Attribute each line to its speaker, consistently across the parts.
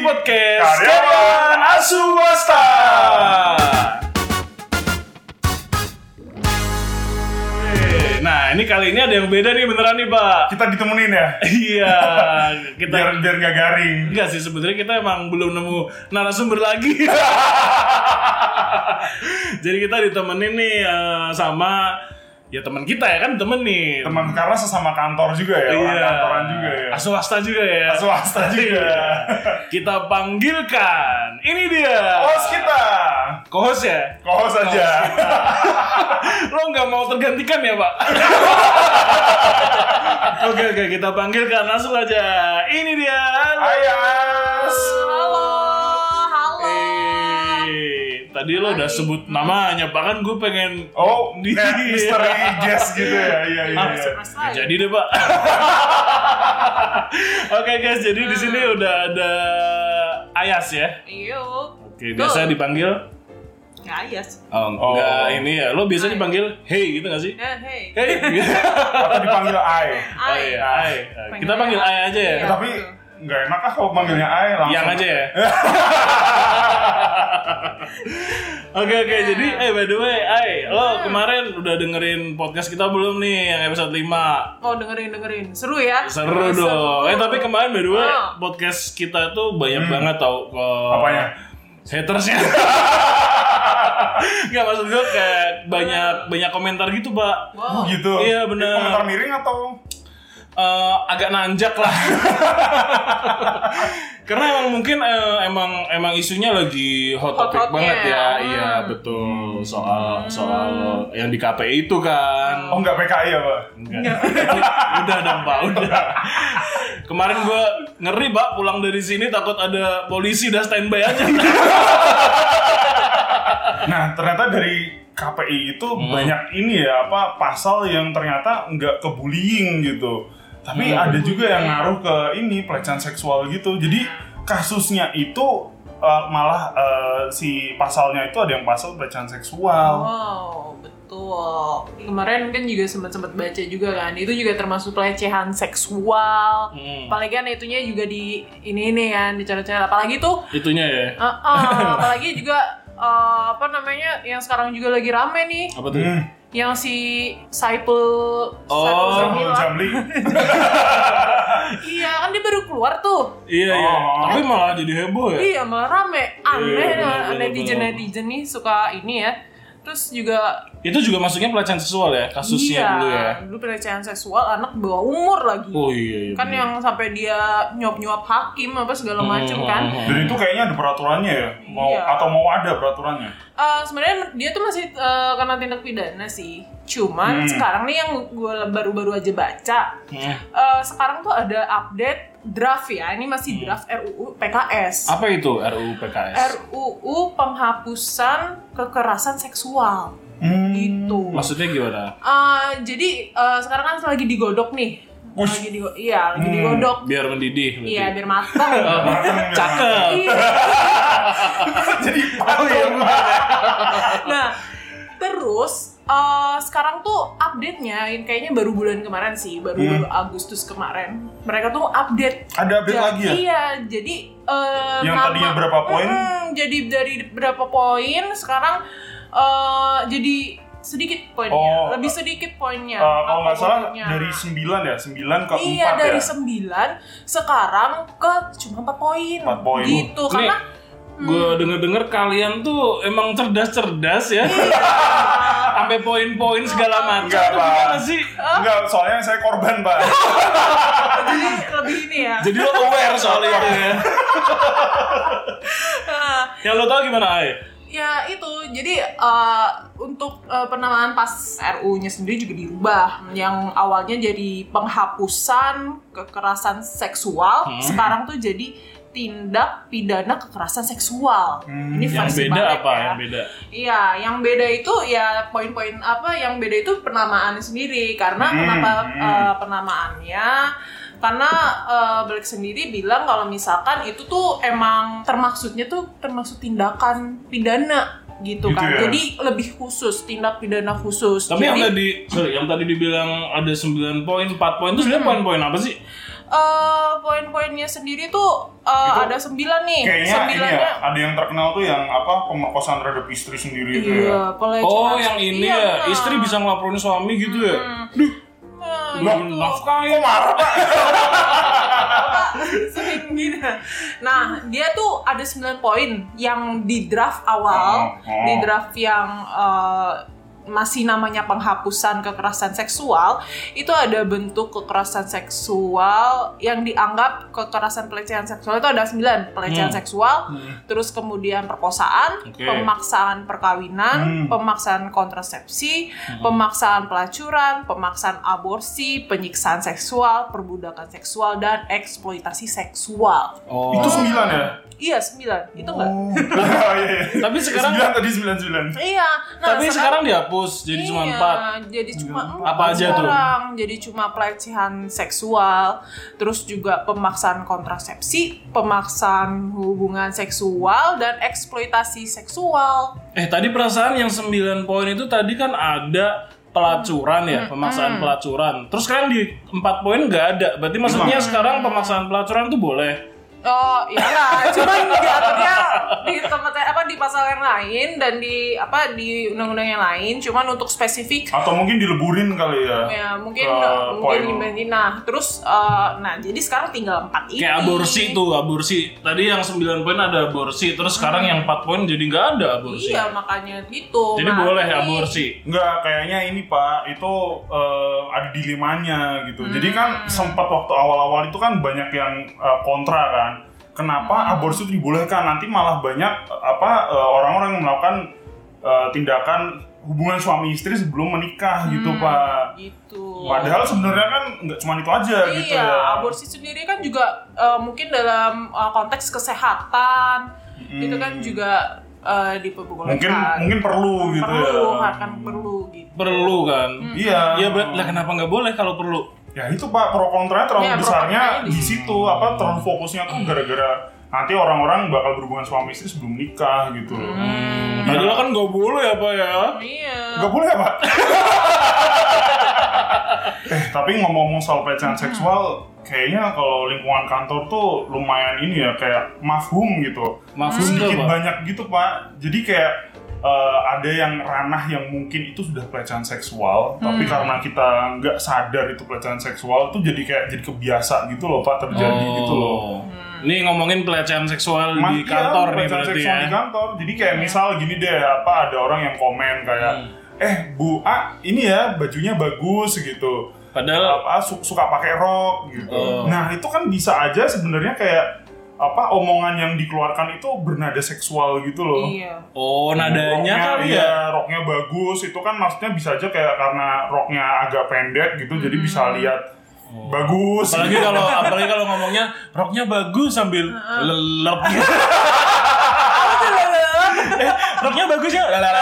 Speaker 1: podcast
Speaker 2: Karyawan
Speaker 1: Karyawan Asu Wasta. Oke, Nah ini kali ini ada yang beda nih beneran nih Pak.
Speaker 2: Kita ditemenin ya.
Speaker 1: Iya, kita
Speaker 2: Biar biar nggak garing.
Speaker 1: enggak sih sebenarnya kita emang belum nemu narasumber lagi. Jadi kita ditemenin nih eh, sama ya teman kita ya kan temen nih.
Speaker 2: Teman karena sesama kantor juga ya, orang kantoran juga ya.
Speaker 1: Ah, Swasta juga ya.
Speaker 2: Swasta juga.
Speaker 1: Iya. kita panggilkan. Ini dia.
Speaker 2: Host kita. Iya.
Speaker 1: Co-host ya?
Speaker 2: Kohos aja.
Speaker 1: Lo nggak mau tergantikan ya, Pak? oke, oke. Kita panggilkan langsung aja. Ini dia.
Speaker 2: Ayas.
Speaker 3: Halo, halo.
Speaker 1: Eh, tadi lo udah sebut namanya. Bahkan gue pengen...
Speaker 2: Oh,
Speaker 1: Iya.
Speaker 2: nah, misteri guest gitu ya. Iya, iya,
Speaker 1: Ah,
Speaker 2: iya.
Speaker 3: Mas
Speaker 1: nggak
Speaker 3: Lai.
Speaker 1: jadi deh, Pak. oke, guys. Jadi di sini udah ada Ayas ya?
Speaker 3: Yuk.
Speaker 1: Oke, biasa dipanggil...
Speaker 3: Nggak ayas.
Speaker 1: Oh,
Speaker 2: Oh.
Speaker 1: enggak, ini ya. Lo biasa
Speaker 3: Hai.
Speaker 1: dipanggil hey gitu gak sih?
Speaker 3: Eh, hey.
Speaker 1: Hey.
Speaker 2: Atau dipanggil Ai.
Speaker 1: oh
Speaker 3: Ay.
Speaker 1: iya, Ai. Kita panggil Ai aja ya.
Speaker 3: Iya.
Speaker 2: Eh, tapi nggak enak ah kalau manggilnya Ai langsung.
Speaker 1: Yang aja ya. Oke oke
Speaker 3: Iya.
Speaker 1: jadi eh by the way Ai, lo kemarin udah dengerin podcast kita belum nih yang episode 5?
Speaker 3: Oh, dengerin, dengerin. Seru ya?
Speaker 1: Seru dong. Eh tapi kemarin by the way
Speaker 3: Oh.
Speaker 1: podcast kita tuh banyak banget tau ke
Speaker 2: Hmm. Apanya?
Speaker 1: hatersnya. Gak maksud gue kayak banyak banyak komentar gitu, Pak.
Speaker 2: Oh,
Speaker 3: Wow.
Speaker 2: gitu.
Speaker 1: Iya, benar.
Speaker 2: Ini Komentar miring atau
Speaker 1: eh agak nanjak lah. Karena emang mungkin eh, emang emang isunya lagi hot topic
Speaker 3: Hot-hotnya.
Speaker 1: banget ya.
Speaker 3: Hmm.
Speaker 1: Iya, betul. Soal soal yang di KPI itu kan.
Speaker 2: oh nggak PKI ya, Pak?
Speaker 1: Enggak. udah dong, Pak, udah. Kemarin gua ngeri, Pak, pulang dari sini takut ada polisi udah standby aja.
Speaker 2: Nah, ternyata dari KPI itu banyak ini ya apa pasal yang ternyata nggak ke bullying gitu. Tapi ada juga yang ngaruh ke ini pelecehan seksual gitu. Jadi kasusnya itu eh, malah eh, si pasalnya itu ada yang pasal pelecehan seksual.
Speaker 3: Wow, betul. Kemarin kan juga sempat-sempat baca juga kan. Itu juga termasuk pelecehan seksual.
Speaker 1: Hmm.
Speaker 3: Apalagi kan itunya juga di ini ini kan, dicara-cara. Apalagi tuh
Speaker 1: Itunya ya.
Speaker 3: eh, eh, apalagi juga eh, apa namanya yang sekarang juga lagi rame nih
Speaker 1: Apa tuh?
Speaker 2: Hmm.
Speaker 3: yang si Saipul
Speaker 1: Oh,
Speaker 3: Saipul
Speaker 2: Sampul
Speaker 3: Jamil.
Speaker 2: Jamli.
Speaker 3: Iya kan dia baru keluar tuh.
Speaker 1: Iya, iya.
Speaker 2: Oh.
Speaker 1: Tapi malah jadi heboh ya.
Speaker 3: Iya malah rame. Aneh
Speaker 1: Iya,
Speaker 3: nah,
Speaker 1: bener,
Speaker 3: netizen
Speaker 1: bener.
Speaker 3: netizen nih suka ini ya. Terus juga
Speaker 1: Itu juga masuknya pelecehan seksual ya kasusnya
Speaker 3: iya,
Speaker 1: dulu ya.
Speaker 3: dulu pelecehan seksual anak di bawah umur lagi.
Speaker 1: Oh iya, iya.
Speaker 3: kan
Speaker 1: bener.
Speaker 3: yang sampai dia nyuap-nyuap hakim apa segala macem
Speaker 1: Hmm,
Speaker 3: kan.
Speaker 1: hmm, hmm.
Speaker 2: Dan itu kayaknya ada peraturannya ya. Mau
Speaker 3: Iya.
Speaker 2: atau mau ada peraturannya.
Speaker 3: Eh, sebenarnya dia tuh masih eh, kena tindak pidana sih. Cuman
Speaker 2: Hmm.
Speaker 3: sekarang nih yang gue baru-baru aja baca,
Speaker 1: Hmm.
Speaker 3: eh, sekarang tuh ada update draft ya. Ini
Speaker 1: Hmm.
Speaker 3: masih draft RUU PKS.
Speaker 1: Apa itu RUU PKS?
Speaker 3: RUU penghapusan kekerasan seksual
Speaker 2: Hmm.
Speaker 3: gitu.
Speaker 1: Maksudnya gimana?
Speaker 3: Eh, jadi eh, sekarang kan lagi digodok nih.
Speaker 2: Ush.
Speaker 3: Lagi digo- iya, lagi
Speaker 2: Hmm.
Speaker 3: digodok.
Speaker 1: Biar mendidih. berarti.
Speaker 3: Iya, biar matang.
Speaker 2: Mateng, ya.
Speaker 1: Cakep.
Speaker 3: Iya.
Speaker 2: Jadi patung.
Speaker 3: Nah, terus eh, sekarang tuh update-nya yang kayaknya baru bulan kemarin sih, baru
Speaker 2: Hmm.
Speaker 3: Agustus kemarin. Mereka tuh update.
Speaker 2: ada update
Speaker 3: Ja-
Speaker 2: lagi ya.
Speaker 3: Iya, jadi eh,
Speaker 2: Yang tadinya berapa poin?
Speaker 3: Mm, jadi dari berapa poin sekarang eh, jadi sedikit poinnya,
Speaker 2: Oh.
Speaker 3: lebih sedikit poinnya.
Speaker 2: Eh, kalau nggak
Speaker 3: Apa
Speaker 2: salah
Speaker 3: poinnya.
Speaker 2: dari 9 ya, 9 ke 4
Speaker 3: Iya dari
Speaker 2: ya.
Speaker 3: 9 sekarang ke cuma 4 poin.
Speaker 2: Empat poin.
Speaker 3: Gitu
Speaker 1: Nih.
Speaker 3: karena
Speaker 1: Gue denger-denger kalian tuh emang cerdas-cerdas
Speaker 3: Iya.
Speaker 1: ya. Sampai poin-poin segala macam. Tuh
Speaker 2: Enggak, Pak.
Speaker 1: gimana sih?
Speaker 2: Enggak, soalnya saya korban, Pak.
Speaker 3: jadi lebih ini ya.
Speaker 1: Jadi lo aware soal itu ya.
Speaker 3: Nah,
Speaker 1: Yang lo tau gimana, Ay?
Speaker 3: Ya itu, jadi eh, untuk eh, penamaan pas RU-nya sendiri juga dirubah Yang awalnya jadi penghapusan kekerasan seksual
Speaker 1: Hmm.
Speaker 3: Sekarang tuh jadi tindak pidana kekerasan seksual
Speaker 2: Hmm,
Speaker 1: Yang
Speaker 3: versi
Speaker 1: beda
Speaker 3: balik
Speaker 1: apa?
Speaker 3: ya.
Speaker 1: Yang beda.
Speaker 3: Iya, yang beda itu ya poin-poin apa yang beda itu penamaan sendiri karena
Speaker 2: Hmm,
Speaker 3: kenapa
Speaker 2: hmm.
Speaker 3: eh, penamaannya karena eh, Blake sendiri bilang kalau misalkan itu tuh emang termaksudnya tuh termasuk tindakan pidana gitu,
Speaker 2: Gitu
Speaker 3: kan.
Speaker 2: ya.
Speaker 3: Jadi lebih khusus, tindak pidana khusus.
Speaker 1: Tapi yang
Speaker 3: Jadi Hmm.
Speaker 1: tadi, sorry, yang tadi dibilang ada 9 poin, 4 poin, itu sebenarnya poin-poin apa sih?
Speaker 3: eh, poin-poinnya sendiri tuh eh,
Speaker 2: Itu
Speaker 3: ada sembilan nih.
Speaker 2: Kayaknya ini
Speaker 3: Sembilannya
Speaker 2: ya, ada yang terkenal tuh yang apa pemerkosaan terhadap istri sendiri itu ya.
Speaker 3: Iya, pelecehan.
Speaker 1: Oh, yang ini
Speaker 3: Iya, Hmm.
Speaker 1: ya,
Speaker 3: benar.
Speaker 1: istri bisa ngelaporin suami gitu ya.
Speaker 3: Nah,
Speaker 1: Belum
Speaker 3: gitu.
Speaker 1: nafkahin.
Speaker 3: Pak, sering gini. Nah, dia tuh ada 9 poin yang di draft
Speaker 2: Oh,
Speaker 3: awal,
Speaker 2: oh.
Speaker 3: di draft yang eh, masih namanya penghapusan kekerasan seksual, itu ada bentuk kekerasan seksual yang dianggap kekerasan pelecehan seksual itu ada 9, pelecehan
Speaker 1: Hmm.
Speaker 3: seksual, terus kemudian perkosaan,
Speaker 1: Oke.
Speaker 3: pemaksaan
Speaker 2: Hmm.
Speaker 3: perkawinan, pemaksaan kontrasepsi,
Speaker 1: Hmm.
Speaker 3: pemaksaan pelacuran, pemaksaan aborsi, penyiksaan seksual, perbudakan seksual dan eksploitasi seksual.
Speaker 1: Oh.
Speaker 2: Itu sembilan ya?
Speaker 3: Iya, sembilan. Itu enggak?
Speaker 2: Oh. Iya, iya.
Speaker 1: Tapi sekarang-
Speaker 2: sembilan tadi sembilan sembilan.
Speaker 3: Iya.
Speaker 1: Tapi sekarang dihapus jadi cuma
Speaker 3: iya,
Speaker 1: empat.
Speaker 3: Jadi cuma
Speaker 2: Empat.
Speaker 3: empat
Speaker 1: Apa aja tuh?
Speaker 3: sekarang. Jadi cuma pelecehan seksual, terus juga pemaksaan kontrasepsi, pemaksaan hubungan seksual dan eksploitasi seksual.
Speaker 1: Eh tadi perasaan yang 9 poin itu tadi kan ada pelacuran ya, pemaksaan pelacuran. Terus kan di 4 poin nggak ada. Berarti maksudnya sekarang pemaksaan pelacuran tuh boleh.
Speaker 3: Oh iyalah, cuman diaturnya di tempat apa di pasal yang lain dan di apa di undang-undang yang lain, cuman untuk spesifik
Speaker 2: Atau mungkin dileburin kali ya?
Speaker 3: ya mungkin
Speaker 2: Ke
Speaker 3: mungkin
Speaker 2: poin.
Speaker 3: dibanding. Nah terus eh, nah jadi sekarang tinggal empat ini.
Speaker 1: Kayak aborsi tuh, aborsi. Tadi yang 9 poin ada aborsi, terus sekarang yang 4 poin jadi nggak ada aborsi.
Speaker 3: Iya makanya gitu.
Speaker 1: Jadi
Speaker 3: Nah,
Speaker 1: boleh
Speaker 3: ini-
Speaker 1: aborsi.
Speaker 2: Enggak, kayaknya ini Pak, itu eh, ada dilemanya
Speaker 3: Hmm.
Speaker 2: gitu. Jadi kan sempat waktu awal-awal itu kan banyak yang eh, kontra kan. Kenapa
Speaker 3: Hmm.
Speaker 2: aborsi itu dibolehkan? Nanti malah banyak eh, apa eh, orang-orang yang melakukan eh, tindakan hubungan suami istri sebelum menikah gitu
Speaker 3: Hmm.
Speaker 2: Pak.
Speaker 3: Gitu.
Speaker 2: Padahal sebenarnya kan nggak cuma itu aja gitu ya.
Speaker 3: iya, aborsi sendiri kan juga eh, mungkin dalam eh, konteks kesehatan itu kan juga eh, diperbolehkan.
Speaker 2: Mungkin mungkin perlu gitu ya.
Speaker 3: perlu, akan perlu gitu.
Speaker 1: Perlu kan?
Speaker 2: Iya.
Speaker 1: Iya, berarti lah kenapa nggak boleh kalau perlu?
Speaker 2: Ya itu pak pro kontra terlalu
Speaker 3: Ya, pro
Speaker 2: besarnya
Speaker 3: kontranya di Iya.
Speaker 2: di situ apa terlalu fokusnya tuh gara-gara nanti orang-orang bakal berhubungan suami istri sebelum nikah gitu.
Speaker 3: Hmm.
Speaker 1: Padahal
Speaker 2: Iya.
Speaker 1: kan nggak boleh apa ya?
Speaker 3: Iya.
Speaker 2: Gak boleh ya pak? eh tapi ngomong-ngomong soal
Speaker 3: Hmm.
Speaker 2: pelecehan seksual, kayaknya kalau lingkungan kantor tuh lumayan ini ya kayak mafhum gitu.
Speaker 1: Mafhum tuh
Speaker 2: sedikit
Speaker 1: apa?
Speaker 2: banyak gitu pak. Jadi kayak eh, ada yang ranah yang mungkin itu sudah pelecehan
Speaker 1: Hmm.
Speaker 2: seksual, tapi karena kita nggak sadar itu pelecehan seksual itu jadi kayak jadi kebiasa gitu loh pak terjadi
Speaker 1: Oh.
Speaker 2: gitu loh.
Speaker 1: Ini ngomongin pelecehan seksual
Speaker 2: Mas,
Speaker 1: di
Speaker 2: iya,
Speaker 1: kantor nih
Speaker 2: pelecehan
Speaker 1: berarti
Speaker 2: seksual
Speaker 1: ya.
Speaker 2: di kantor jadi kayak misal gini deh apa ada orang yang komen kayak
Speaker 1: Hmm.
Speaker 2: eh bu A ini ya bajunya bagus gitu
Speaker 1: Padahal
Speaker 2: apa su- suka pakai rok gitu
Speaker 1: Oh.
Speaker 2: nah itu kan bisa aja sebenarnya kayak apa omongan yang dikeluarkan itu bernada seksual gitu loh
Speaker 3: Iya.
Speaker 1: oh nadanya
Speaker 2: Roknya,
Speaker 1: kali
Speaker 2: iya,
Speaker 1: ya.
Speaker 2: roknya bagus itu kan maksudnya bisa aja kayak karena roknya agak pendek gitu jadi bisa lihat
Speaker 1: Oh.
Speaker 2: bagus Iya.
Speaker 1: apalagi kalau apalagi kalau ngomongnya roknya bagus sambil lelep Eh, roknya bagus ya Lalalala.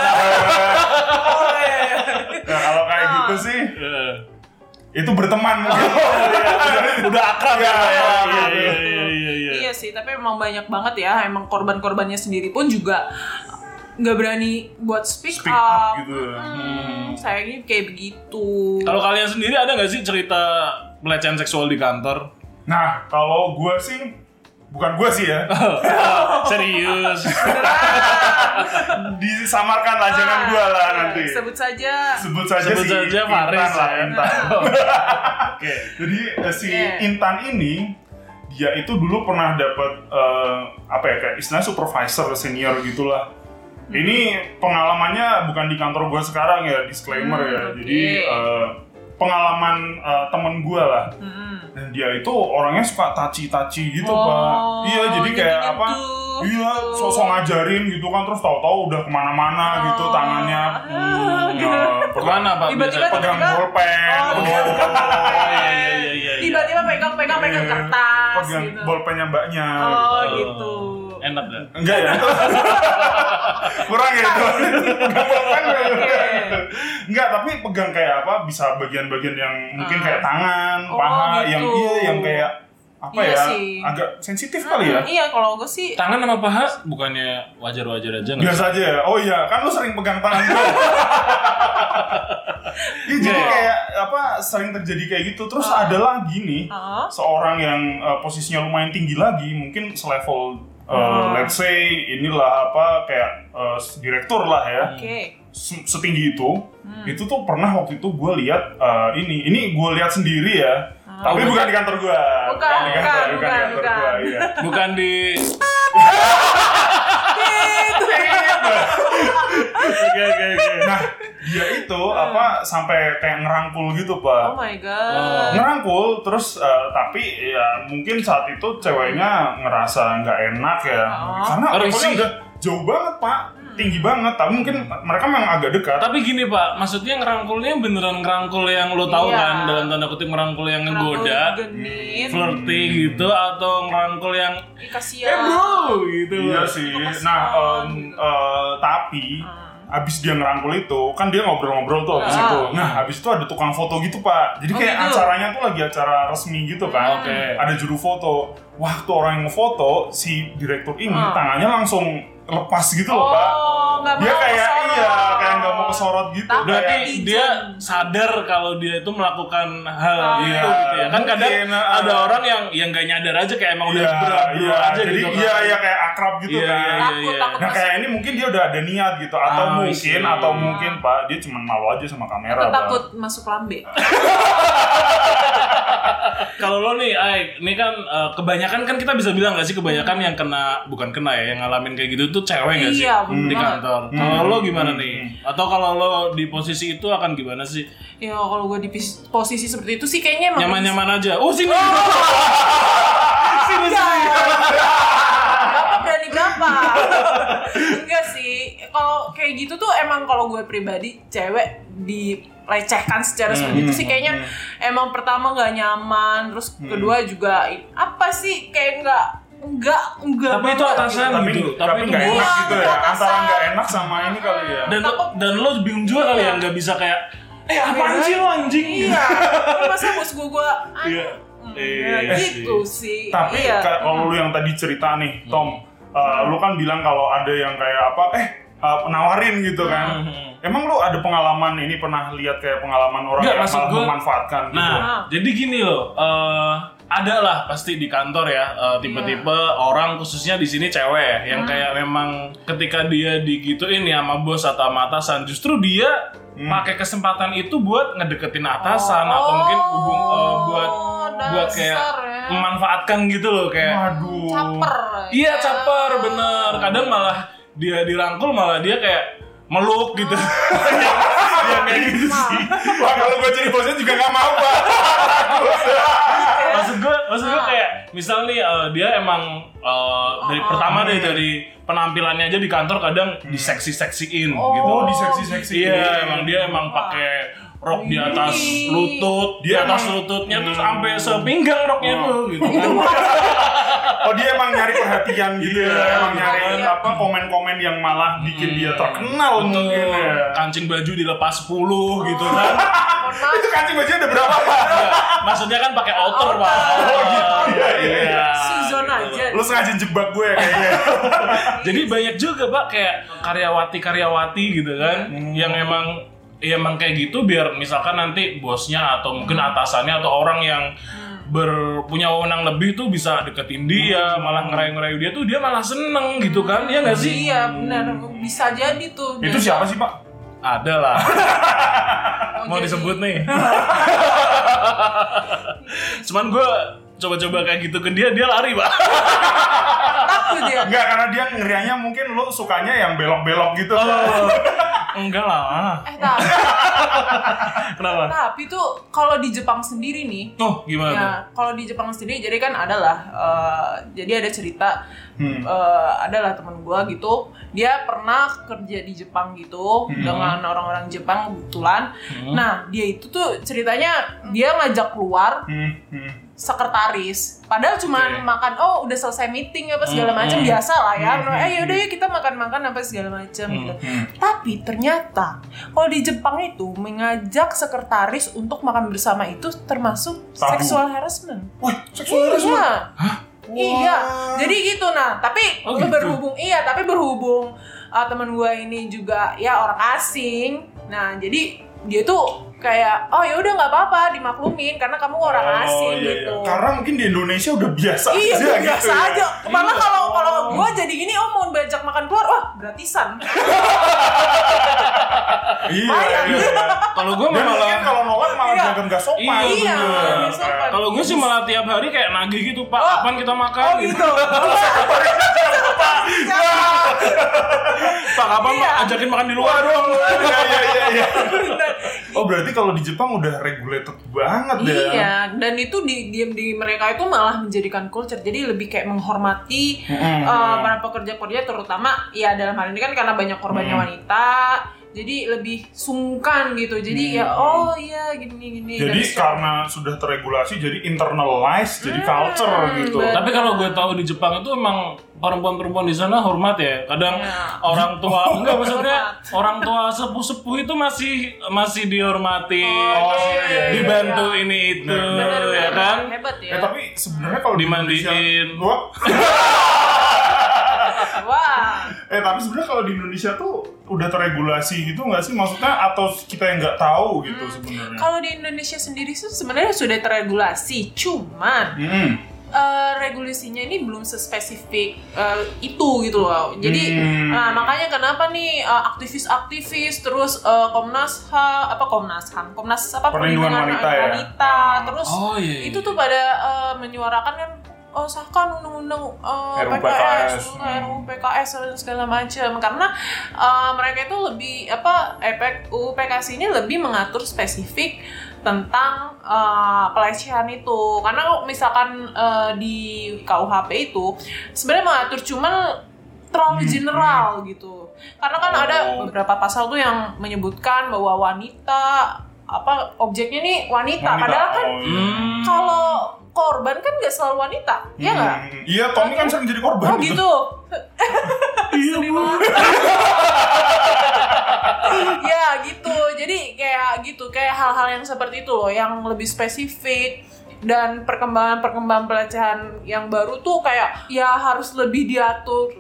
Speaker 2: Nah, kalau kayak gitu sih
Speaker 1: Eh,
Speaker 2: itu berteman
Speaker 1: udah akrab ya
Speaker 2: Iya,
Speaker 1: iya
Speaker 2: iya,
Speaker 1: iya iya
Speaker 2: iya.
Speaker 1: iya iya
Speaker 3: Iya sih, tapi emang banyak banget ya. Emang korban-korbannya sendiri pun juga nggak berani buat speak,
Speaker 2: speak up gitu
Speaker 3: Hmm, sayangnya kayak begitu.
Speaker 1: kalau kalian sendiri ada nggak sih cerita pelecehan seksual di kantor
Speaker 2: Nah, kalau gue sih, bukan gue sih ya,
Speaker 1: serius
Speaker 2: disamarkan lah, jangan gue lah nanti.
Speaker 3: Ah, iya, Sebut saja.
Speaker 2: Sebut saja
Speaker 1: sebut
Speaker 2: si
Speaker 1: saja
Speaker 2: Intan
Speaker 1: Faris
Speaker 2: lah,
Speaker 1: ya.
Speaker 2: Intan.
Speaker 1: oke
Speaker 2: Jadi eh, si
Speaker 3: Oke.
Speaker 2: Intan ini, dia itu dulu pernah dapat eh, apa ya kayak istilah supervisor senior gitulah.
Speaker 3: Hmm.
Speaker 2: Ini pengalamannya bukan di kantor gue sekarang ya, disclaimer
Speaker 3: Hmm,
Speaker 2: ya.
Speaker 3: oke.
Speaker 2: Jadi eh, pengalaman eh, temen gue lah.
Speaker 3: Hmm.
Speaker 2: Dan dia itu orangnya suka taci-taci gitu,
Speaker 3: Oh,
Speaker 2: Pak. Iya, jadi kayak apa?
Speaker 3: nyentuh-nyentuh.
Speaker 2: Iya, sosok ngajarin gitu kan terus tahu-tahu udah kemana-mana gitu
Speaker 3: Oh.
Speaker 2: tangannya.
Speaker 3: Ah,
Speaker 2: ya,
Speaker 3: gitu.
Speaker 2: pegang,
Speaker 1: kemana pak
Speaker 3: Tiba-tiba-
Speaker 1: biasanya?
Speaker 2: pegang
Speaker 3: Tiba-tiba-
Speaker 2: bolpen.
Speaker 3: Oh,
Speaker 2: Oh,
Speaker 1: oh iya iya iya iya, iya
Speaker 3: Tiba-tiba pegang-pegang pegang
Speaker 2: iya.
Speaker 3: kertas
Speaker 2: Pegang
Speaker 3: gitu.
Speaker 2: bolpennya mbaknya.
Speaker 3: Oh,
Speaker 1: Oh,
Speaker 3: gitu.
Speaker 1: enak dah
Speaker 2: Enggak ya? Kurang ya itu. Pegang bolpen ya? Enggak, tapi pegang kayak apa? Bisa bagian-bagian yang mungkin
Speaker 3: Ah.
Speaker 2: kayak tangan,
Speaker 3: Oh,
Speaker 2: paha, yang
Speaker 3: gitu.
Speaker 2: iya yang kayak apa
Speaker 3: Iya
Speaker 2: ya
Speaker 3: sih.
Speaker 2: agak sensitif kali ya
Speaker 3: Iya, kalau gue sih
Speaker 1: Tangan sama paha bukannya wajar-wajar aja nggak?
Speaker 2: biasa aja ya oh iya kan lu sering pegang tangan gue Iya jadi
Speaker 1: Iya.
Speaker 2: kayak apa sering terjadi kayak gitu terus
Speaker 3: Ah.
Speaker 2: ada lagi nih
Speaker 3: Heeh.
Speaker 2: seorang yang eh, posisinya lumayan tinggi lagi mungkin selevel eh,
Speaker 3: Hmm.
Speaker 2: let's say inilah apa kayak eh, direktur lah ya
Speaker 3: oke.
Speaker 2: se- setinggi itu
Speaker 3: Hmm.
Speaker 2: itu tuh pernah waktu itu gue lihat eh, ini ini gue lihat sendiri ya tapi
Speaker 1: Oh,
Speaker 2: bukan di kantor gue
Speaker 3: Ah. Bukan,
Speaker 2: di kantor, bukan,
Speaker 3: bukan,
Speaker 2: di
Speaker 3: bukan,
Speaker 2: kantor gue iya
Speaker 1: Bukan di Oke oke oke.
Speaker 2: nah dia itu apa sampai kayak ngerangkul gitu pak
Speaker 3: Oh my
Speaker 2: Iya.
Speaker 3: god.
Speaker 2: ngerangkul terus eh, tapi ya mungkin saat itu ceweknya ngerasa nggak enak ya
Speaker 3: Oh.
Speaker 2: karena
Speaker 1: Orang
Speaker 2: levelnya
Speaker 1: isi.
Speaker 2: udah jauh banget pak tinggi banget tapi mungkin mereka memang agak dekat
Speaker 1: Tapi gini Pak, maksudnya ngerangkulnya beneran ngerangkul yang lo tahu
Speaker 3: Iya.
Speaker 1: kan dalam tanda kutip ngerangkul yang
Speaker 3: Rambut
Speaker 1: ngegoda,
Speaker 3: Genit.
Speaker 1: flirty gitu atau ngerangkul yang
Speaker 3: Ih,
Speaker 1: eh
Speaker 3: Kasihan.
Speaker 1: bro gitu.
Speaker 2: iya
Speaker 1: loh.
Speaker 2: sih
Speaker 3: Itu kasihan
Speaker 2: nah em,
Speaker 3: gitu.
Speaker 2: eh, tapi abis dia ngerangkul itu kan dia ngobrol-ngobrol tuh abis
Speaker 3: Ah.
Speaker 2: itu nah abis itu ada tukang foto gitu pak jadi
Speaker 3: Oh,
Speaker 2: kayak
Speaker 3: gitu. Ah,
Speaker 2: acaranya tuh lagi acara resmi gitu kan
Speaker 1: Oke.
Speaker 2: ada juru foto waktu orang yang ngefoto si direktur ini
Speaker 3: Ah.
Speaker 2: tangannya langsung lepas gitu loh pak
Speaker 3: Oh, nggak
Speaker 2: dia
Speaker 3: mau
Speaker 2: kayak
Speaker 3: kesorot.
Speaker 2: iya kayak nggak mau kesorot gitu
Speaker 3: Tapi-
Speaker 1: Berarti
Speaker 2: kayak
Speaker 3: Izin.
Speaker 1: dia sadar kalau dia itu melakukan hal
Speaker 3: Ah.
Speaker 1: itu
Speaker 2: Iya,
Speaker 1: gitu ya. Kan kadang
Speaker 2: mungkin, ah.
Speaker 1: ada orang yang yang gak nyadar aja kayak emang udah
Speaker 2: iya
Speaker 1: berat
Speaker 2: iya
Speaker 1: aja
Speaker 2: jadi
Speaker 1: gitu. kan.
Speaker 2: iya iya kayak akrab gitu
Speaker 1: Iya,
Speaker 2: kan
Speaker 1: iya,
Speaker 3: Takut,
Speaker 1: iya.
Speaker 3: takut
Speaker 2: nah kayak
Speaker 3: masuk.
Speaker 2: ini mungkin dia udah ada niat gitu atau
Speaker 1: Ah, I
Speaker 2: mungkin
Speaker 1: see.
Speaker 2: atau mungkin pak dia cuma malu aja sama kamera
Speaker 3: Aku
Speaker 2: Pak.
Speaker 3: takut masuk lambe.
Speaker 1: Kalau lo nih, Aik, ini kan eh, kebanyakan kan kita bisa bilang gak sih kebanyakan yang kena bukan kena ya, yang ngalamin kayak gitu tuh cewek gak sih
Speaker 3: Hmm. Iya, bener
Speaker 1: di
Speaker 3: banget.
Speaker 1: kantor. Kalau lo gimana nih? Atau kalau lo di posisi itu akan gimana sih?
Speaker 3: Ya kalau gue di pis- posisi seperti itu sih kayaknya emang
Speaker 1: Nyaman-nyaman aja. Oh sini.
Speaker 2: Ah,
Speaker 3: Enggak.
Speaker 2: iya,
Speaker 3: Bapak berani berapa? Enggak sih. Kalau kayak gitu tuh emang kalau gue pribadi cewek dilecehkan secara
Speaker 2: Hmm,
Speaker 3: seperti itu sih kayaknya emang pertama nggak nyaman, terus
Speaker 2: Hmm.
Speaker 3: kedua juga i- apa sih kayak nggak nggak nggak
Speaker 1: Tapi itu
Speaker 3: banget
Speaker 1: atasan.
Speaker 2: tapi
Speaker 1: Gitu, tapi
Speaker 2: tapi
Speaker 1: itu
Speaker 2: nggak
Speaker 1: murah.
Speaker 2: enak gitu
Speaker 3: Iya,
Speaker 2: ya antara
Speaker 3: atasan.
Speaker 2: nggak enak sama ini kali ya
Speaker 1: Dan lo, dan lo bingung juga kali ya nggak bisa kayak eh apaan sih lo anjing?
Speaker 3: Iya. Kan Masa bos gue gue
Speaker 2: Iya.
Speaker 1: Iya
Speaker 3: Hmm, gitu sih.
Speaker 2: tapi
Speaker 3: iya.
Speaker 2: kayak kalau lu yang tadi cerita nih Tom eh, lu kan bilang kalau ada yang kayak apa eh eh, penawarin gitu kan
Speaker 1: Hmm.
Speaker 2: emang lu ada pengalaman ini pernah lihat kayak pengalaman orang
Speaker 1: Nggak,
Speaker 2: yang
Speaker 1: maksud
Speaker 2: malah
Speaker 1: gua-
Speaker 2: memanfaatkan gitu
Speaker 1: Nah, jadi gini loh, eh ada lah pasti di kantor ya eh, tipe-tipe orang khususnya di sini cewek yang kayak memang ketika dia digituin ya sama bos atau sama atasan, justru dia pakai kesempatan itu buat ngedeketin atasan atau mungkin hubung eh, buat buat kayak
Speaker 3: dasar ya.
Speaker 1: memanfaatkan gitu loh kayak
Speaker 2: Waduh.
Speaker 3: caper.
Speaker 1: iya caper bener kadang malah dia dirangkul malah dia kayak meluk gitu
Speaker 2: Iya kayak gitu sih. Wah kalau gue jadi bosnya juga gak mau pak.
Speaker 1: maksud gue maksud gue kayak misal nih eh, dia emang eh, dari pertama deh dari penampilannya aja di kantor kadang diseksi seksiin gitu
Speaker 2: Oh di seksi seksi.
Speaker 1: iya emang dia emang pakai rok di atas
Speaker 3: Ih.
Speaker 1: lutut di atas lututnya tuh sampai sepinggang roknya tuh gitu kan
Speaker 2: Oh dia emang nyari perhatian gitu ya.
Speaker 1: Iya, Hmm.
Speaker 2: Emang nyari
Speaker 3: iya.
Speaker 2: apa komen-komen yang malah bikin dia terkenal
Speaker 1: Betul.
Speaker 2: mungkin ya.
Speaker 1: Iya. kancing baju dilepas 10 gitu kan
Speaker 3: Mohon maaf.
Speaker 2: Itu kancing bajunya ada berapa pak?
Speaker 1: maksudnya kan pakai outer pak
Speaker 2: Oh, gitu. Iya, iya, iya.
Speaker 3: Suzon
Speaker 1: gitu.
Speaker 3: aja.
Speaker 2: Lu sengaja jebak gue kayaknya.
Speaker 1: jadi banyak juga pak kayak karyawati karyawati gitu kan yang emang ya emang kayak gitu biar misalkan nanti bosnya atau mungkin atasannya atau orang yang Hmm. berpunya wewenang lebih tuh bisa deketin dia malah ngerayu-ngerayu dia tuh dia malah seneng gitu kan ya nggak sih
Speaker 3: Iya benar bisa jadi tuh.
Speaker 2: Itu
Speaker 3: Jadi-
Speaker 2: siapa sih pak?
Speaker 1: ada lah
Speaker 3: Oh,
Speaker 1: mau
Speaker 3: jadi-
Speaker 1: disebut nih cuman gue coba-coba kayak gitu ke dia dia lari pak
Speaker 3: Takut dia.
Speaker 2: Enggak karena dia ngerianya mungkin lu sukanya yang belok-belok gitu.
Speaker 1: Oh. enggak lah
Speaker 3: Eh tapi,
Speaker 1: kenapa
Speaker 3: tapi tuh kalau di Jepang sendiri nih.
Speaker 1: oh gimana tuh?
Speaker 3: Ya, kalau di Jepang sendiri jadi kan adalah eh, jadi ada cerita
Speaker 2: Hmm.
Speaker 3: eh, adalah teman gua gitu dia pernah kerja di Jepang gitu
Speaker 2: Hmm.
Speaker 3: dengan orang-orang Jepang kebetulan. Nah, dia itu tuh ceritanya dia ngajak keluar
Speaker 2: Hmm, hmm.
Speaker 3: sekretaris padahal
Speaker 1: Oke.
Speaker 3: cuman makan oh udah selesai meeting apa
Speaker 1: Hmm,
Speaker 3: segala macam
Speaker 1: hmm.
Speaker 3: biasa lah ya
Speaker 2: Hmm,
Speaker 3: eh
Speaker 2: hmm,
Speaker 3: yaudah ya kita makan-makan apa segala macam
Speaker 1: Hmm,
Speaker 3: gitu
Speaker 2: Hmm.
Speaker 3: tapi ternyata kalau di Jepang itu mengajak sekretaris untuk makan bersama itu termasuk
Speaker 2: Tabu.
Speaker 3: seksual harassment.
Speaker 2: Wah, seksual harassment.
Speaker 3: Iya.
Speaker 2: Wah.
Speaker 3: Iya. Jadi gitu nah, tapi
Speaker 1: Oh, gitu.
Speaker 3: berhubung iya, tapi berhubung uh, teman gue ini juga ya orang asing. Nah, jadi dia tuh kayak oh ya udah nggak apa-apa dimaklumin karena kamu orang
Speaker 2: Oh,
Speaker 3: asing
Speaker 2: iya, iya.
Speaker 3: gitu.
Speaker 2: Karena mungkin di Indonesia udah biasa
Speaker 3: Iya,
Speaker 2: aja
Speaker 3: udah
Speaker 2: gitu.
Speaker 3: biasa
Speaker 2: ya.
Speaker 3: aja. Malah
Speaker 2: Iya.
Speaker 3: kalau kalau
Speaker 2: Oh.
Speaker 3: gue jadi gini, oh mau bajak makan keluar, wah gratisan.
Speaker 2: Iya, iya,
Speaker 3: Bayang.
Speaker 2: iya.
Speaker 1: Kalau gue
Speaker 2: Dan mungkin
Speaker 1: malah
Speaker 2: kalau nolak malah
Speaker 3: Iya.
Speaker 2: dianggap gak sopan.
Speaker 1: Iya,
Speaker 2: gitu.
Speaker 1: bener.
Speaker 3: gak sopan.
Speaker 1: kalau gue sih malah tiap hari kayak nagih gitu pak, kapan kita makan?
Speaker 3: Oh gitu.
Speaker 2: Iya.
Speaker 1: Pak, kapan
Speaker 3: Iya.
Speaker 1: Pak, ajakin makan di luar?
Speaker 2: Waduh, iya, iya, iya, iya.
Speaker 3: Bener.
Speaker 2: Oh berarti kalau di Jepang udah regulated banget ya.
Speaker 3: Iya, dan itu di di, di mereka itu malah menjadikan culture. Jadi lebih kayak menghormati
Speaker 2: Mm-mm.
Speaker 3: eh, para pekerja-pekerja terutama ya dalam hal ini kan karena banyak korbannya
Speaker 2: Hmm.
Speaker 3: wanita. Jadi lebih sungkan gitu. Jadi ya oh iya gini gini.
Speaker 2: Jadi
Speaker 3: Dan-
Speaker 2: karena sudah terregulasi jadi internalized jadi culture
Speaker 3: Hmm,
Speaker 2: gitu.
Speaker 3: bener.
Speaker 1: Tapi kalau gue tahu di Jepang itu emang perempuan-perempuan di sana hormat ya. Kadang
Speaker 2: Iya.
Speaker 3: Ya.
Speaker 1: orang tua enggak maksudnya
Speaker 3: Hormat.
Speaker 1: orang tua sepuh-sepuh itu masih masih dihormati,
Speaker 3: Oh,
Speaker 1: masih
Speaker 2: iya, iya,
Speaker 1: dibantu
Speaker 3: iya.
Speaker 1: ini itu
Speaker 2: Benar,
Speaker 3: Bener, bener,
Speaker 1: ya kan?
Speaker 3: Hebat ya.
Speaker 2: Eh tapi sebenarnya kalau di Indonesia,
Speaker 1: Dimandiin.
Speaker 2: Wah.
Speaker 3: Wah.
Speaker 2: eh tapi sebenarnya kalau di Indonesia tuh udah terregulasi gitu nggak sih maksudnya atau kita yang nggak tahu gitu sebenarnya.
Speaker 3: Hmm, Kalau di Indonesia sendiri sih sebenarnya sudah terregulasi, cuman
Speaker 2: Mm-mm.
Speaker 3: eh, regulasinya ini belum sespesifik eh, itu gitu loh. Jadi
Speaker 2: Hmm.
Speaker 3: nah, makanya kenapa nih eh, aktivis-aktivis terus eh, Komnas HAM apa Komnas HAM, Komnas apa
Speaker 2: Perlindungan wanita ya?
Speaker 3: wanita, terus
Speaker 1: Oh, iya, iya.
Speaker 3: itu tuh pada eh, menyuarakan kan oh, sahkan undang-undang eh,
Speaker 2: RUU
Speaker 3: PKS,
Speaker 2: PKS.
Speaker 3: undang RUU PKS dan segala macam karena eh, mereka itu lebih apa eh, efek UU PKS ini lebih mengatur spesifik tentang eh, pelecehan itu karena kalau misalkan eh, di KUHP itu sebenarnya mengatur cuman terlalu
Speaker 2: Hmm,
Speaker 3: general gitu karena kan ada
Speaker 2: Oh.
Speaker 3: beberapa pasal tuh yang menyebutkan bahwa wanita apa objeknya nih wanita,
Speaker 2: Wanita,
Speaker 3: padahal kan
Speaker 2: oh, iya.
Speaker 1: Hmm.
Speaker 3: kalau korban kan nggak selalu wanita, ya nggak?
Speaker 2: Hmm, Iya, Tommy kan sering jadi korban
Speaker 3: Oh gitu.
Speaker 1: Iya, Bu.
Speaker 3: ya gitu. Jadi kayak gitu, kayak hal-hal yang seperti itu loh, yang lebih spesifik dan perkembangan-perkembangan pelecehan yang baru tuh kayak ya harus lebih diatur,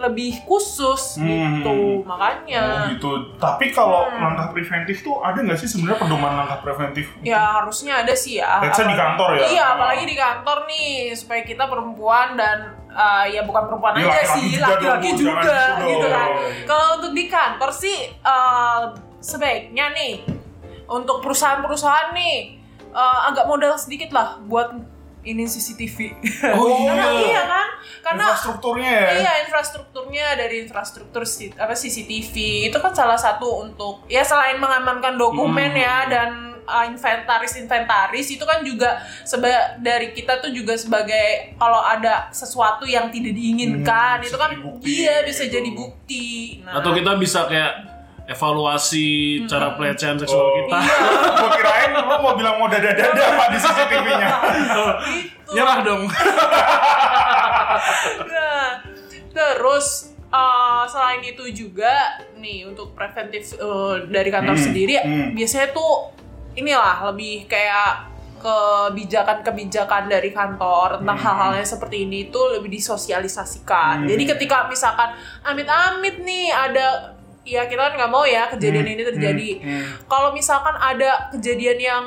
Speaker 3: lebih khusus
Speaker 2: Hmm.
Speaker 3: gitu.
Speaker 2: Oh,
Speaker 3: Makanya
Speaker 2: gitu. Tapi kalau
Speaker 3: Hmm.
Speaker 2: langkah preventif tuh ada nggak sih sebenarnya pedoman langkah preventif?
Speaker 3: ya harusnya ada sih ya.
Speaker 2: Let's say di
Speaker 3: Apalagi-
Speaker 2: kantor ya.
Speaker 3: Iya, apalagi di kantor nih supaya kita perempuan dan eh, ya bukan perempuan
Speaker 2: Iya,
Speaker 3: aja
Speaker 2: laki-laki
Speaker 3: sih,
Speaker 2: juga
Speaker 3: laki-laki
Speaker 2: dong,
Speaker 3: juga,
Speaker 2: jangan gitu
Speaker 3: gitu kan.
Speaker 2: dong.
Speaker 3: Kalau untuk di kantor sih eh, sebaiknya nih untuk perusahaan-perusahaan nih eh, agak modal sedikit lah buat ini CCTV.
Speaker 1: Oh,
Speaker 3: Karena
Speaker 1: iya.
Speaker 3: iya kan? Karena
Speaker 2: infrastrukturnya ya.
Speaker 3: Iya infrastrukturnya dari infrastruktur si- apa CCTV itu kan salah satu untuk ya selain mengamankan dokumen
Speaker 1: Hmm.
Speaker 3: ya dan uh, inventaris inventaris itu kan juga seba dari kita tuh juga sebagai kalau ada sesuatu yang tidak diinginkan
Speaker 2: Hmm,
Speaker 3: itu
Speaker 2: bisa
Speaker 3: kan
Speaker 2: jadi bukti
Speaker 3: iya bisa
Speaker 2: gitu.
Speaker 3: jadi bukti. Nah,
Speaker 1: Atau kita bisa kayak evaluasi cara pelecehan seksual
Speaker 2: Oh.
Speaker 3: iya,
Speaker 1: kita.
Speaker 2: Gua kirain lu mau bilang mau dada-dada apa di CCTV-nya.
Speaker 3: gitu.
Speaker 2: Ya,
Speaker 1: Nyerah dong.
Speaker 3: Nah, terus uh, selain itu juga nih untuk preventif uh, dari kantor
Speaker 2: Hmm,
Speaker 3: sendiri
Speaker 2: hmm.
Speaker 3: biasanya tuh inilah lebih kayak kebijakan-kebijakan dari kantor tentang hal-hal yang seperti ini itu lebih disosialisasikan.
Speaker 2: Hmm.
Speaker 3: Jadi ketika misalkan amit-amit nih ada ya kita kan nggak mau ya kejadian ini terjadi.
Speaker 2: Hmm.
Speaker 3: Kalau misalkan ada kejadian yang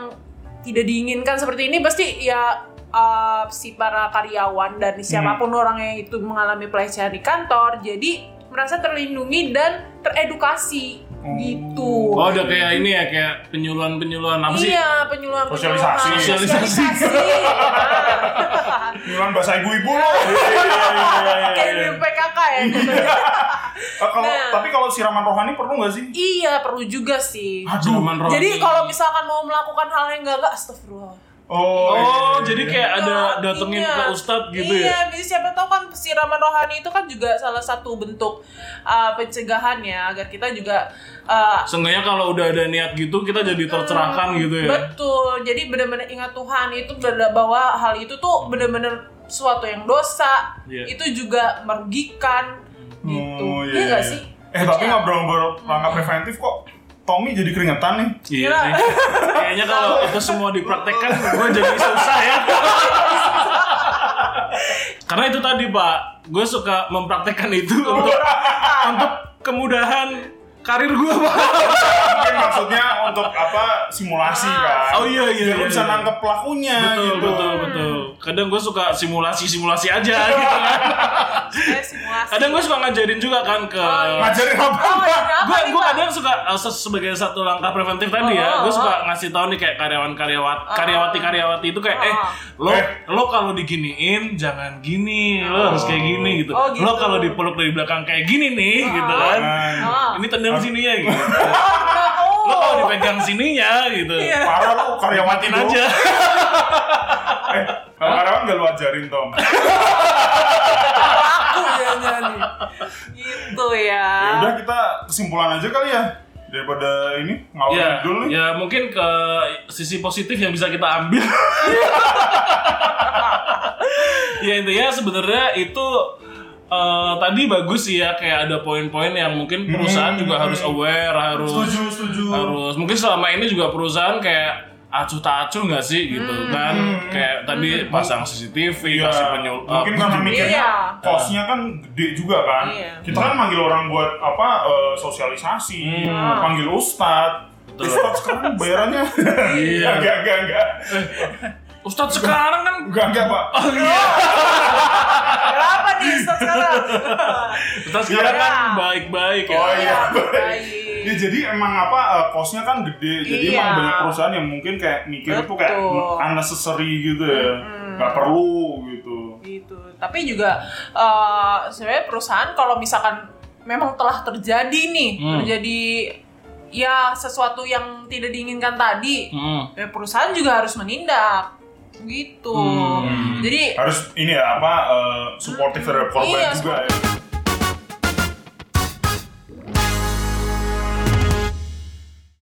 Speaker 3: tidak diinginkan seperti ini pasti ya uh, si para karyawan dan
Speaker 2: Hmm.
Speaker 3: siapapun orangnya itu mengalami pelecehan di kantor jadi merasa terlindungi dan teredukasi
Speaker 2: Oh.
Speaker 3: gitu.
Speaker 1: Oh, ada kayak ini ya, kayak penyuluhan-penyuluhan apa sih?
Speaker 3: Iya, penyuluhan
Speaker 2: Sosialisasi. Iya,
Speaker 1: Sosialisasi.
Speaker 2: Bilang bahasa ibu-ibu lo. Iya, iya, iya, iya,
Speaker 3: Kayak
Speaker 2: iya.
Speaker 3: di PKK ya. gitu.
Speaker 2: Eh, kalau-
Speaker 3: Nah.
Speaker 2: Tapi kalau siraman rohani perlu nggak sih?
Speaker 3: iya, perlu juga sih.
Speaker 2: Aduh.
Speaker 1: Cuman rohani.
Speaker 3: Jadi kalau misalkan mau melakukan hal yang enggak enggak astagfirullah.
Speaker 2: Oh,
Speaker 1: Oh,
Speaker 2: iya,
Speaker 1: jadi
Speaker 2: iya.
Speaker 1: kayak ada
Speaker 3: Iya,
Speaker 1: datengin
Speaker 3: iya.
Speaker 1: ke ustadz gitu
Speaker 3: iya,
Speaker 1: ya?
Speaker 3: bisa siapa tahu kan siraman rohani itu kan juga salah satu bentuk uh, pencegahan ya agar kita juga uh,
Speaker 1: Seenggaknya kalau udah ada niat gitu kita jadi tercerahkan
Speaker 3: Eh,
Speaker 1: gitu ya.
Speaker 3: Betul. Jadi benar-benar ingat Tuhan itu benar bahwa hal itu tuh benar-benar suatu yang dosa.
Speaker 1: Iya.
Speaker 3: Itu juga merugikan gitu.
Speaker 2: Oh,
Speaker 3: Iya
Speaker 2: iya,
Speaker 3: nggak
Speaker 2: iya.
Speaker 3: sih?
Speaker 2: Eh
Speaker 3: Iya.
Speaker 2: tapi ngobrol-ngobrol langkah preventif kok Tommy jadi keringetan nih.
Speaker 1: Iya
Speaker 3: Kira-
Speaker 1: nih. Kayaknya kalau itu semua dipraktekkan gue jadi susah ya. Karena itu tadi Pak, gue suka mempraktekkan itu
Speaker 3: Iya.
Speaker 1: untuk untuk kemudahan karir gue
Speaker 3: Iya,
Speaker 1: Pak.
Speaker 2: Mungkin maksudnya untuk apa simulasi
Speaker 3: Ah.
Speaker 2: kan.
Speaker 1: Oh, iya, iya,
Speaker 2: Biar lu
Speaker 1: iya,
Speaker 2: bisa
Speaker 1: iya.
Speaker 2: nangkep pelakunya
Speaker 1: Betul,
Speaker 2: gitu.
Speaker 1: betul, betul. Kadang gue suka simulasi-simulasi aja gitu kan.
Speaker 3: Saya simulasi.
Speaker 1: Kadang gue suka ngajarin juga kan ke
Speaker 2: Ngajarin apa?
Speaker 3: Oh, iya, apa
Speaker 1: gue
Speaker 3: nih,
Speaker 1: gue
Speaker 3: Pak?
Speaker 1: kadang suka uh, se- sebagai satu langkah preventif tadi ya
Speaker 3: Oh,
Speaker 1: gue
Speaker 3: oh,
Speaker 1: suka
Speaker 3: oh.
Speaker 1: ngasih tahu nih kayak karyawan karyawat karyawati karyawati itu kayak
Speaker 3: Oh,
Speaker 1: eh
Speaker 3: oh.
Speaker 1: lo
Speaker 2: Eh.
Speaker 1: lo kalau diginiin jangan gini lo harus kayak gini gitu,
Speaker 3: Oh, gitu.
Speaker 1: lo kalau dipeluk dari belakang kayak gini nih gitu kan
Speaker 3: Oh.
Speaker 1: ini tendang sininya gitu
Speaker 3: Oh,
Speaker 1: lo kalau dipegang sininya gitu
Speaker 3: Iya.
Speaker 2: Parah lu karyawati
Speaker 1: matiin
Speaker 2: doang.
Speaker 1: aja
Speaker 2: Eh, kalau karyawan gak lu ajarin Tom.
Speaker 3: Ah. aku
Speaker 1: ya,
Speaker 3: kayaknya nih. Gitu ya.
Speaker 2: ya udah kita kesimpulan aja kali ya daripada ini ngawur
Speaker 1: ya
Speaker 2: dulu nih.
Speaker 1: ya mungkin ke sisi positif yang bisa kita ambil ya intinya sebenarnya itu eh, tadi bagus sih ya kayak ada poin-poin yang mungkin perusahaan juga harus aware harus
Speaker 2: Setuju, Hmm, setuju.
Speaker 1: harus mungkin selama ini juga perusahaan kayak acuh tak acuh nggak sih gitu kan kayak tadi pasang CCTV
Speaker 2: hmm, Iya,
Speaker 1: kasih penyul eh,
Speaker 2: mungkin karena mikirnya
Speaker 3: Iya.
Speaker 2: kosnya kan gede juga kan.
Speaker 3: Iya.
Speaker 2: Kita kan manggil orang buat apa eh, sosialisasi,
Speaker 3: Hmm.
Speaker 2: panggil ustad. Eh,
Speaker 1: Betul.
Speaker 2: Ustad sekarang bayarannya
Speaker 1: Iya.
Speaker 2: enggak enggak enggak. Iya.
Speaker 1: Ustadz sekarang kan
Speaker 2: Enggak enggak, Pak.
Speaker 3: Berapa nih Ustaz sekarang?
Speaker 1: Ustadz sekarang kan
Speaker 3: Iya.
Speaker 1: baik-baik ya
Speaker 2: Oh iya.
Speaker 3: baik.
Speaker 2: Ya jadi emang apa eh, kosnya kan gede. Jadi
Speaker 3: Iya.
Speaker 2: emang banyak perusahaan yang mungkin kayak mikir itu kayak
Speaker 3: Betul. Hmm.
Speaker 2: unnecessary gitu ya. Nggak perlu gitu.
Speaker 3: gitu tapi juga eh, sebenarnya perusahaan kalau misalkan memang telah terjadi nih
Speaker 1: Hmm.
Speaker 3: terjadi ya sesuatu yang tidak diinginkan tadi
Speaker 1: Hmm.
Speaker 3: ya perusahaan juga harus menindak gitu jadi
Speaker 2: Harus ini ya apa eh, supportive terhadap korban
Speaker 3: Iya,
Speaker 2: juga ya.